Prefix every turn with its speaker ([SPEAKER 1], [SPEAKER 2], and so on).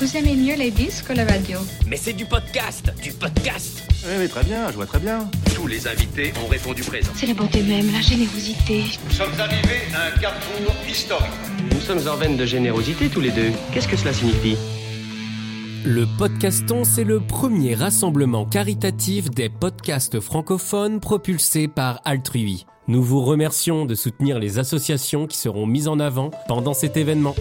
[SPEAKER 1] Vous aimez mieux les disques que la radio
[SPEAKER 2] Mais c'est du podcast Du podcast
[SPEAKER 3] Oui, mais très bien, je vois très bien.
[SPEAKER 4] Tous les invités ont répondu présent.
[SPEAKER 5] C'est la bonté même, la générosité.
[SPEAKER 6] Nous sommes arrivés à un carrefour historique.
[SPEAKER 7] Nous sommes en veine de générosité tous les deux. Qu'est-ce que cela signifie
[SPEAKER 8] le Podcaston, c'est le premier rassemblement caritatif des podcasts francophones propulsé par Altrui. Nous vous remercions de soutenir les associations qui seront mises en avant pendant cet événement.